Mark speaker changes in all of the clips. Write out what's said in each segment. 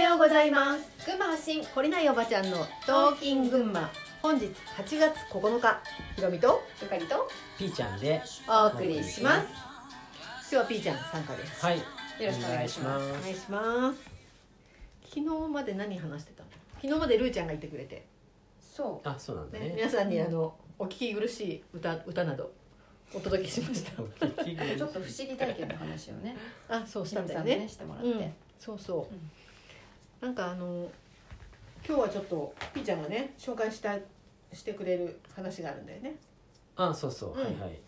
Speaker 1: ようございます
Speaker 2: 群馬発信懲りないおばちゃんのトーキン群馬本日8月9日ひろみと
Speaker 1: ゆかりと
Speaker 3: ピーちゃんで
Speaker 2: お送りします今日はピーちゃん参加です
Speaker 3: はい
Speaker 1: よろしくお願いします
Speaker 3: お
Speaker 2: お
Speaker 3: 願
Speaker 2: 願
Speaker 3: い
Speaker 2: い
Speaker 3: し
Speaker 2: します昨日まで何話してたの昨日までルーちゃんがいてくれて、
Speaker 1: そ
Speaker 3: ますあそうなんだ
Speaker 2: ね、
Speaker 3: ね
Speaker 2: 皆さんにあのお聞き苦しい歌歌などお届けしました
Speaker 3: お聞
Speaker 1: う
Speaker 3: き
Speaker 1: ちょっと不思議体験の話をね
Speaker 2: あそうし
Speaker 1: したた
Speaker 2: ん
Speaker 1: ん
Speaker 2: だ
Speaker 1: だ
Speaker 2: よ
Speaker 1: よ
Speaker 2: ね
Speaker 1: ねしてもらって、
Speaker 2: うん、そうそう、なんかあの今日はちょっとピーちゃんがね紹介したしてくれる話があるんだよね
Speaker 3: あそうそう、
Speaker 2: うん
Speaker 3: はいはい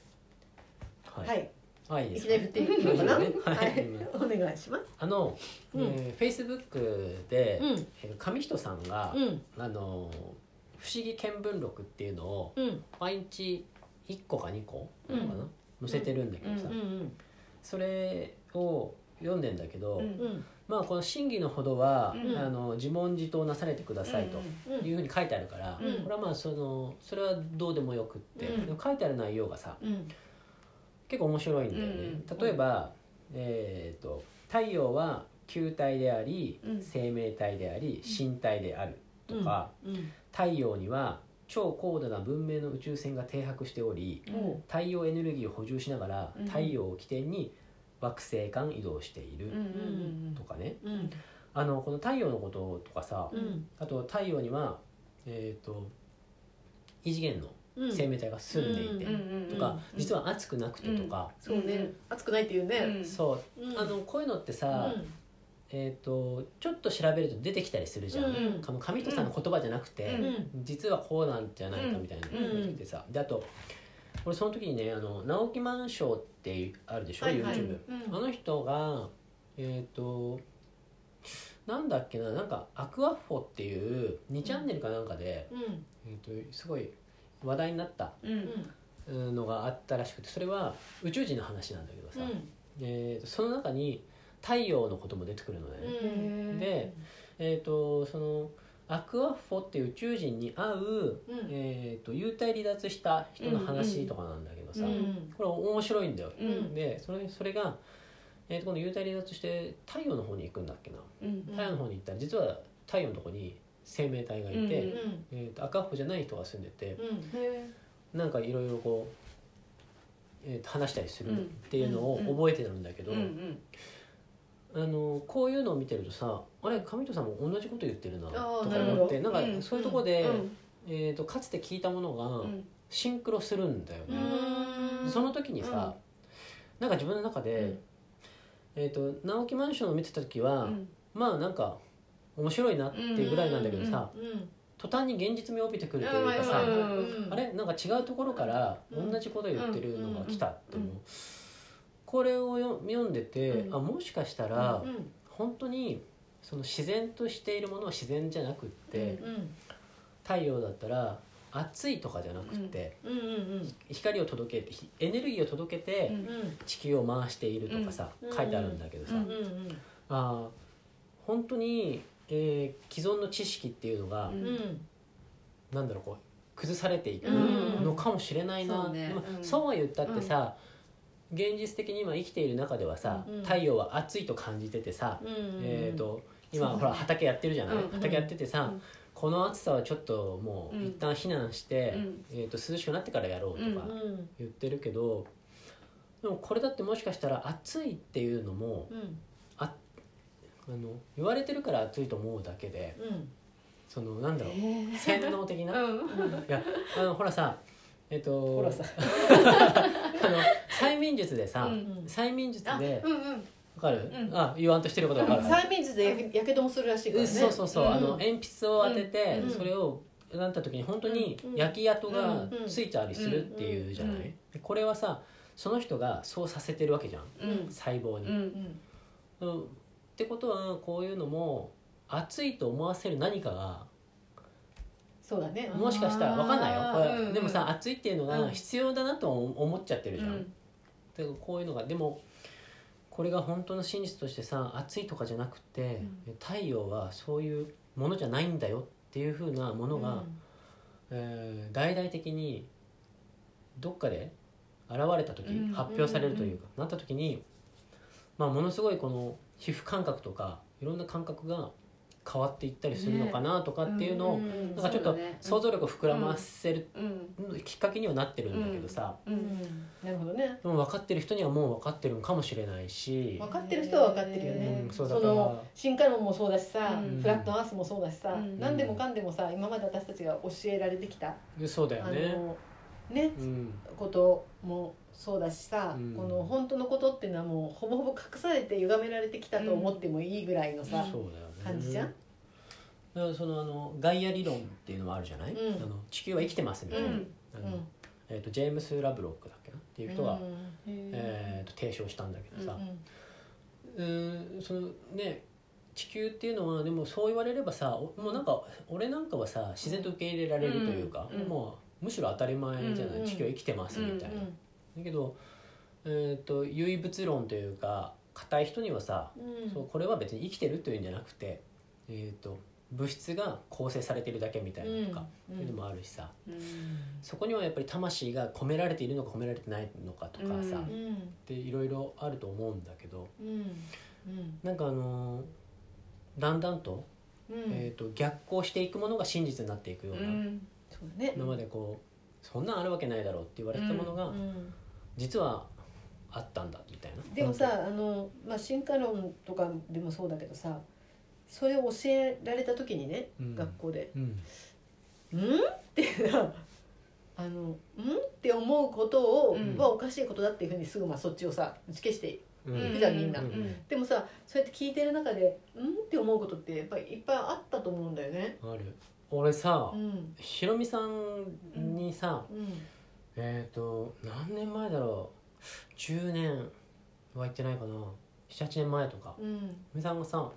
Speaker 2: は、
Speaker 3: はいあいい
Speaker 2: い、
Speaker 3: です
Speaker 2: き
Speaker 3: か
Speaker 2: なり振っていいのかな
Speaker 3: い
Speaker 2: はい
Speaker 3: よね
Speaker 2: いお願いします
Speaker 3: あの、
Speaker 2: うん
Speaker 3: えー、Facebook で、
Speaker 2: うん
Speaker 3: えー上人さんが、
Speaker 2: うん
Speaker 3: あのー不思議見聞録っていうのを
Speaker 2: うん
Speaker 3: 毎日1個か2個
Speaker 2: う
Speaker 3: なのか
Speaker 2: ん
Speaker 3: な、載せてるんだけどさ、
Speaker 1: うん
Speaker 2: うん
Speaker 3: それを読んでんだけど、
Speaker 1: うん
Speaker 2: うんうん
Speaker 3: まあこの真偽のほどは、
Speaker 1: うん
Speaker 3: あの自問自答なされてくださいと
Speaker 2: うん
Speaker 3: いうふうに書いてあるから、
Speaker 1: うん
Speaker 3: これはまあそのそれはどうでもよくって、
Speaker 2: うん
Speaker 3: でも書いてある内容がさ
Speaker 2: うん
Speaker 3: 結構面白いんだよね、
Speaker 1: うん
Speaker 3: 例えば、えー、と太陽は球体であり、
Speaker 1: うん
Speaker 3: 生命体であり身体であるとか、
Speaker 2: うん
Speaker 3: 太陽には超高度な文明の宇宙船が停泊しており
Speaker 1: うんうん
Speaker 3: 太陽エネルギーを補充しながら
Speaker 1: うん
Speaker 3: 太陽を起点に惑星間移動してい
Speaker 1: うんう
Speaker 3: る
Speaker 1: ん
Speaker 3: とかね、
Speaker 2: うん
Speaker 3: あのこの太陽のこととかさ
Speaker 2: うん
Speaker 3: あと太陽にはえっ、と異次元の
Speaker 2: うん
Speaker 3: 生命体が住んでいて
Speaker 1: うんうん
Speaker 3: と
Speaker 1: うん
Speaker 3: か、実は暑くなくてとか、
Speaker 2: そうね熱くないっていうね
Speaker 1: うん
Speaker 3: そう
Speaker 2: うん
Speaker 3: あのこういうのって
Speaker 2: う
Speaker 3: さ、
Speaker 2: ん
Speaker 3: えー、とちょっと調べると出てきたりするじゃん、
Speaker 2: うん
Speaker 3: か神人さんの言葉じゃなく
Speaker 1: う
Speaker 3: て
Speaker 2: う、ん
Speaker 3: 実はこうなんじゃないかみたいな
Speaker 1: うん
Speaker 3: のが出てきてさ、であと俺その時にねあの直木マンショーってあるでしょ、
Speaker 2: はいはい
Speaker 3: YouTube、
Speaker 1: うん
Speaker 3: あの人がえっ、となんだっけななんかアクアフォっていう2チャンネルかなんかで、
Speaker 2: うん
Speaker 3: えー、とすごい話題になった
Speaker 1: うん
Speaker 3: うんのがあったらしくてそれは宇宙人の話なんだけどさ、
Speaker 2: うん
Speaker 3: えーとその中に太陽のことも出てくるのね、
Speaker 2: うん
Speaker 3: でえっ、とそのアクアフォっていう宇宙人に会う、
Speaker 2: うん
Speaker 3: えー、と幽体離脱した人の話とかなんだけどさ、
Speaker 1: うん
Speaker 3: これ面白いんだよ、
Speaker 1: うん
Speaker 3: でそれそれが、えー、とこの幽体離脱して太陽の方に行くんだっけな
Speaker 1: うん
Speaker 3: 太陽の方に行ったら実は太陽のとこに生命体がいて、
Speaker 1: う
Speaker 2: う
Speaker 1: ん
Speaker 2: ん
Speaker 3: えー、とアクアフォじゃない人が住んでて
Speaker 2: うん
Speaker 1: へ
Speaker 3: なんかいろいろこう。えーと話したりするっていうのを
Speaker 1: うん
Speaker 3: 覚えてるんだけ
Speaker 1: ー
Speaker 3: ど、
Speaker 1: うん
Speaker 3: あのこういうのを見てるとさあれ上戸さんも同じこと言ってるなと
Speaker 2: あー
Speaker 3: か思って
Speaker 1: な
Speaker 3: な
Speaker 1: る
Speaker 3: ん
Speaker 1: ほど
Speaker 3: か
Speaker 1: うん
Speaker 3: そういうとこで、
Speaker 1: うん
Speaker 3: えー、とかつて聞いたもの
Speaker 1: う
Speaker 3: が
Speaker 1: ん
Speaker 3: シンクロするんだよ
Speaker 1: う
Speaker 3: ね、
Speaker 1: ん
Speaker 2: うん
Speaker 3: その時にさ、なんか自分の中で、
Speaker 2: うん
Speaker 3: えー、と直木マンションを見てた時は、
Speaker 1: うん
Speaker 3: まあなんか面白いなっていうぐらいなんだけどさ、
Speaker 2: うん
Speaker 3: 途端に現実味を帯びてくると
Speaker 1: うん
Speaker 3: いうかさ、
Speaker 1: うん
Speaker 3: あれなんか違うところから
Speaker 2: うん
Speaker 3: 同じこと言ってるのが来たって思う、
Speaker 1: うんうん
Speaker 3: これをよ読んでて、
Speaker 1: うん
Speaker 3: あもしかしたら、
Speaker 2: うん
Speaker 3: 本当にその自然としているものは自然じゃなくって、
Speaker 1: うん
Speaker 2: うん
Speaker 3: 太陽だったら暑いとかじゃなくって、
Speaker 2: うんうん
Speaker 3: 光を届けてひエネルギーを届け
Speaker 1: う
Speaker 3: て
Speaker 1: ん
Speaker 2: うん
Speaker 3: 地球を回しているとかさ、
Speaker 2: うん
Speaker 3: 書いてあるんだけどさ、
Speaker 1: うん
Speaker 2: うんうん
Speaker 3: あー本当に、えー既存の知識っていうのが、
Speaker 1: うん
Speaker 2: うん
Speaker 3: なんだろうこう崩されていく
Speaker 2: うん
Speaker 3: のかもしれないな、
Speaker 1: そうね
Speaker 3: まあ
Speaker 1: うん
Speaker 3: そうは言ったってさ、現実的に今生きている中ではさ、
Speaker 2: うん
Speaker 3: 太陽は暑いと感じててさ、
Speaker 2: うん
Speaker 3: えー、と今
Speaker 1: そうね
Speaker 3: ほら畑やってるじゃない、
Speaker 1: うん
Speaker 3: 畑やっててさ、
Speaker 1: うん
Speaker 3: この暑さはちょっとも
Speaker 1: う
Speaker 3: うん一旦避難して、
Speaker 1: うん
Speaker 3: えー、と涼しくなってからやろうとか
Speaker 2: うん
Speaker 3: 言ってるけど、でもこれだってもしかしたら暑いっていうのも
Speaker 2: うん
Speaker 3: あの言われてるから暑いと思うだけで
Speaker 2: うん
Speaker 3: そのなんだろう
Speaker 1: へー
Speaker 3: 洗脳的な、い
Speaker 1: うん
Speaker 3: やあのほらさえっ、と
Speaker 2: ほらさ
Speaker 3: あの催眠術でさ、
Speaker 1: うん
Speaker 3: 催眠術で
Speaker 1: あ
Speaker 3: わ
Speaker 1: うんうん
Speaker 3: かる、
Speaker 1: うん
Speaker 3: あ言わんとしてることわかる、
Speaker 2: 催眠術でやけやけどもするらしいから
Speaker 3: う
Speaker 2: ね
Speaker 3: そうそうそう、
Speaker 1: うん
Speaker 3: あの鉛筆を当てて、
Speaker 2: うん
Speaker 3: それをなった時に本当に焼き跡がついたりするっていうじゃない、
Speaker 1: うんうん
Speaker 3: でこれはさその人がそうさせてるわけじゃん
Speaker 1: うん
Speaker 3: 細胞
Speaker 1: う
Speaker 3: に、
Speaker 1: ん
Speaker 2: うん
Speaker 3: うんってことはこういうのも熱いと思わせる何かが
Speaker 2: そうだね
Speaker 3: もしかしたら分かんないよ
Speaker 2: あー
Speaker 3: これ、
Speaker 1: うん
Speaker 3: でもさ熱いっていうの
Speaker 1: うん
Speaker 3: が必要だなと思っちゃってるじゃん、
Speaker 1: うん
Speaker 3: でこういうのがでもこれが本当の真実としてさ暑いとかじゃなくて、太陽はそういうものじゃないんだよっていうふうなものが、えー大々的にどっかで現れた時、
Speaker 1: うん
Speaker 3: 発表されるというか、なった時に、まあ、ものすごいこの皮膚感覚とかいろんな感覚が変わっていったりするのかなとかっていうのを、
Speaker 1: ん
Speaker 3: なんかちょっと
Speaker 1: そうだね
Speaker 3: 想像力を膨らませる
Speaker 1: うん
Speaker 3: きっかけにはなってるんだけどさ、
Speaker 1: う
Speaker 2: うんんなるほどね
Speaker 3: でも分かってる人にはもう分かってるのかもしれないし
Speaker 2: 分、かってる人は分かってるよね、
Speaker 3: うんそ
Speaker 2: そう
Speaker 3: だから
Speaker 2: の新カルモもそうだしさ、
Speaker 1: うん
Speaker 2: フラットアースもそうだしさ、
Speaker 1: うん
Speaker 2: 何でもかんでもさ今まで私たちが教えられてきた、
Speaker 3: そうだよ
Speaker 2: あ
Speaker 3: ね。
Speaker 2: のね
Speaker 3: うん
Speaker 2: こともそうだしさ、
Speaker 3: うん
Speaker 2: この本当のことっていうのはもうほぼほぼ隠されて歪められてきたと思ってもいいぐらいのさ、
Speaker 1: うん
Speaker 3: そうだよね
Speaker 2: 感じじゃん
Speaker 3: だからそのあのガイア理論っていうのもあるじゃない、
Speaker 2: うん
Speaker 3: あの地球は生きてますみたいな、
Speaker 1: うん
Speaker 3: あ
Speaker 2: うん
Speaker 3: のえー、とジェームス・ラブロックだっけなっていう人が、え
Speaker 2: え
Speaker 3: ー、と提唱したんだけど
Speaker 2: ー
Speaker 3: さ、うーんそのね地球っていうのはでもそう言われればさおもうなんか俺なんかはさ自然と受け入れられるというか、
Speaker 1: うん
Speaker 3: もうむしろ当たり前じゃない、
Speaker 2: うん
Speaker 3: 地球は生きてますみたいな、だけど、えー、と唯物論というか硬い人にはさそうこれは別に生きてるというんじゃなくて、えー、と物質が構成されてるだけみたいなとか、
Speaker 2: うん
Speaker 3: いうのもあるしさ
Speaker 1: うん
Speaker 3: そこにはやっぱり魂が込められているのか込められてないのかとかさ、
Speaker 1: う
Speaker 3: っ
Speaker 1: ん
Speaker 2: うん
Speaker 3: ていろいろあると思うんだけど
Speaker 2: うんうん
Speaker 3: なんかあのーだんだんと,、
Speaker 2: うん
Speaker 3: えー、と逆行していくものが真実になっていくよう
Speaker 1: う
Speaker 3: な、
Speaker 1: ん
Speaker 2: そうだね
Speaker 3: 今までこうそんなんあるわけないだろうって言われてたものが、
Speaker 2: うん
Speaker 3: 実はあったんだみたいな。
Speaker 2: でもさあの、まあ、進化論とかでもそうだけどさそれを教えられた時にね、
Speaker 3: うん
Speaker 2: 学校で
Speaker 3: うん、
Speaker 2: 「うん?」ってなあの「うん?」って思うことを、
Speaker 1: うん
Speaker 2: はおかしいことだっていうふうにすぐまあそっちをさ打ち消して
Speaker 3: う
Speaker 1: うん
Speaker 3: ん
Speaker 2: じゃあみんな
Speaker 1: うん
Speaker 2: でもさそうやって聞いてる中で「うん?」って思うことってやっぱりいっぱいあったと思うんだよね。
Speaker 3: ある俺さ、
Speaker 2: うん
Speaker 3: ひろみさんにさ、
Speaker 2: うん
Speaker 3: えっ、ー、と何年前だろう10年は行ってないかな78年前とか
Speaker 2: うん
Speaker 3: みさんがさ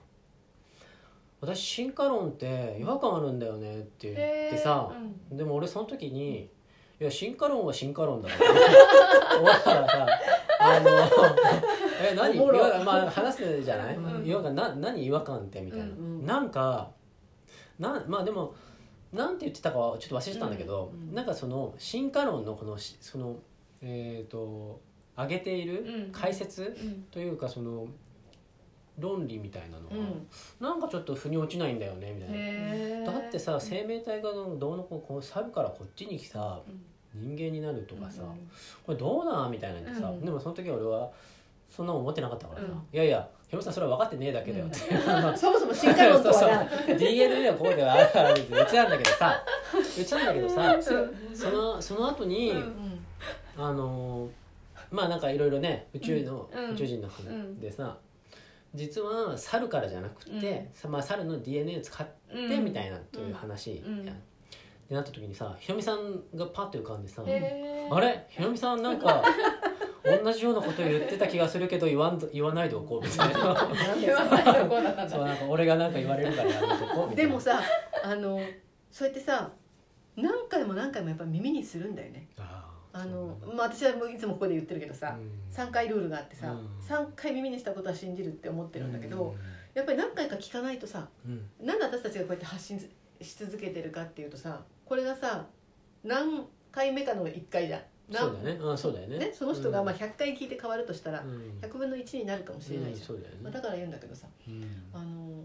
Speaker 3: 「私進化論って違和感あるんだよね」って言ってさ、
Speaker 1: うん
Speaker 3: でも俺その時に「いや進化論は進化論 だから」終わったらさあの え何
Speaker 2: おもろ
Speaker 3: 違和感まあ話すじゃない、
Speaker 2: うん
Speaker 3: 違和感な何違和感ってみたいな、
Speaker 1: うん
Speaker 2: うん
Speaker 3: なんかなんまあでもなんて言ってたかはちょっと忘れてたんだけど、
Speaker 2: うんうん
Speaker 3: なんかその進化論のこのしそのえっ、と上げている
Speaker 1: うん
Speaker 3: 解説
Speaker 1: うん
Speaker 3: というかその論理みたいなの
Speaker 2: う
Speaker 3: が、
Speaker 2: ん
Speaker 3: なんかちょっと腑に落ちないんだよねみたいな。
Speaker 1: へー
Speaker 3: だってさ生命体がどうのこうこう猿からこっちに来さ
Speaker 1: うん
Speaker 3: 人間になるとかさ、
Speaker 1: うん
Speaker 3: これどうなんみたいなんでさ、
Speaker 2: うん
Speaker 3: でもその時俺はそんな思ってなかったからさ、
Speaker 1: うん
Speaker 3: いやいやヒロミさんそれは分かってねえだけだよって、
Speaker 2: そもそも進化論とはな
Speaker 3: DNA はこうではあるから別にうちなんだけどさうちなんだけどさ
Speaker 1: うん
Speaker 3: そのその後に、
Speaker 1: うん
Speaker 3: あのーまあなんかいろいろね宇宙の、
Speaker 1: うん
Speaker 3: 宇宙人の
Speaker 1: う
Speaker 3: 話
Speaker 1: ん
Speaker 3: でさ、実は猿からじゃなくて、
Speaker 1: うん
Speaker 3: さまあ、猿の DNA を使って
Speaker 1: うん
Speaker 3: みたいなという話や、
Speaker 1: うんうん
Speaker 3: になった時にさひろみさんがパッと浮かんでさ「
Speaker 1: へー
Speaker 3: あれひろみさんなんか同じようなこと言ってた気がするけど言わんと言わないでおこう」みたいな
Speaker 2: なんで
Speaker 1: 言わ
Speaker 2: さ
Speaker 1: ないとこうだったん
Speaker 3: そう
Speaker 1: だ
Speaker 3: なんか俺がなんか言われるからやめとこうみたい
Speaker 2: で
Speaker 3: な。
Speaker 2: もさあのそうやってさ何回も何回もやっぱ耳にするんだよね
Speaker 3: あー
Speaker 2: あの
Speaker 3: そう、
Speaker 2: まあ、私はもういつもここで言ってるけどさ、
Speaker 3: なんだ
Speaker 2: 3回ルールがあって
Speaker 3: う
Speaker 2: さ、
Speaker 3: ん
Speaker 2: 三3回耳にしたことは信じるって思ってるんだけど、
Speaker 3: うん
Speaker 2: やっぱり何回か聞かないとさ
Speaker 3: うん
Speaker 2: なんで私たちがこうやって発信し続けてるかっていうとさこれがさ何回目かの1回じゃんな
Speaker 3: そうだねあそうだよね
Speaker 2: ねその人がまあ
Speaker 3: あ
Speaker 2: 100回聞いて変わるとしたら100分の1になるかもしれないじゃん、
Speaker 3: そうだよね、
Speaker 2: まあ、だから言うんだけどさ
Speaker 3: うん
Speaker 2: あの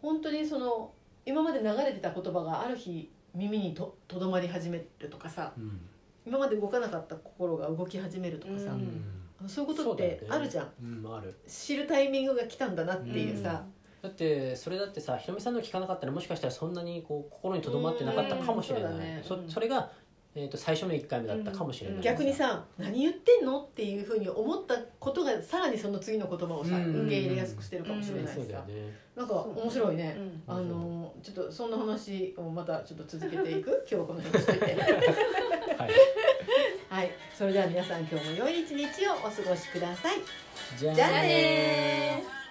Speaker 2: 本当にその今まで流れてた言葉がある日耳にととどまり始めるとかさ
Speaker 3: うん
Speaker 2: 今まで動かなかった心が動き始めるとかさ、
Speaker 1: うん
Speaker 2: そういうことっ
Speaker 3: そうだよ
Speaker 2: て
Speaker 3: ね
Speaker 2: あるじゃん、
Speaker 3: うんうんある
Speaker 2: 知るタイミングが来たんだなっていうさ、
Speaker 3: だってそれだってさひろみさんの聞かなかったらもしかしたらそんなにこう心にとどまってなかったかもしれない、
Speaker 2: うんそうだね
Speaker 3: そ
Speaker 2: うん
Speaker 3: それが、えー、と最初の1回目だったかもしれない、
Speaker 1: うん
Speaker 2: 逆にさ「何言ってんの?」っていうふうに思ったことがさらにその次の言葉をさ、
Speaker 3: うん
Speaker 2: 受け入れやすくしてるかもし
Speaker 3: う
Speaker 2: れ
Speaker 3: ん
Speaker 2: ないしさ、
Speaker 3: そうだよね
Speaker 2: なんか面白いね、
Speaker 1: うん
Speaker 3: うん
Speaker 2: あのちょっとそんな話をまたちょっと続けていく今日はこの辺にしといて
Speaker 3: はい
Speaker 2: はいそれでは皆さん今日も良い一日をお過ごしください
Speaker 3: じゃあ
Speaker 2: じゃあねー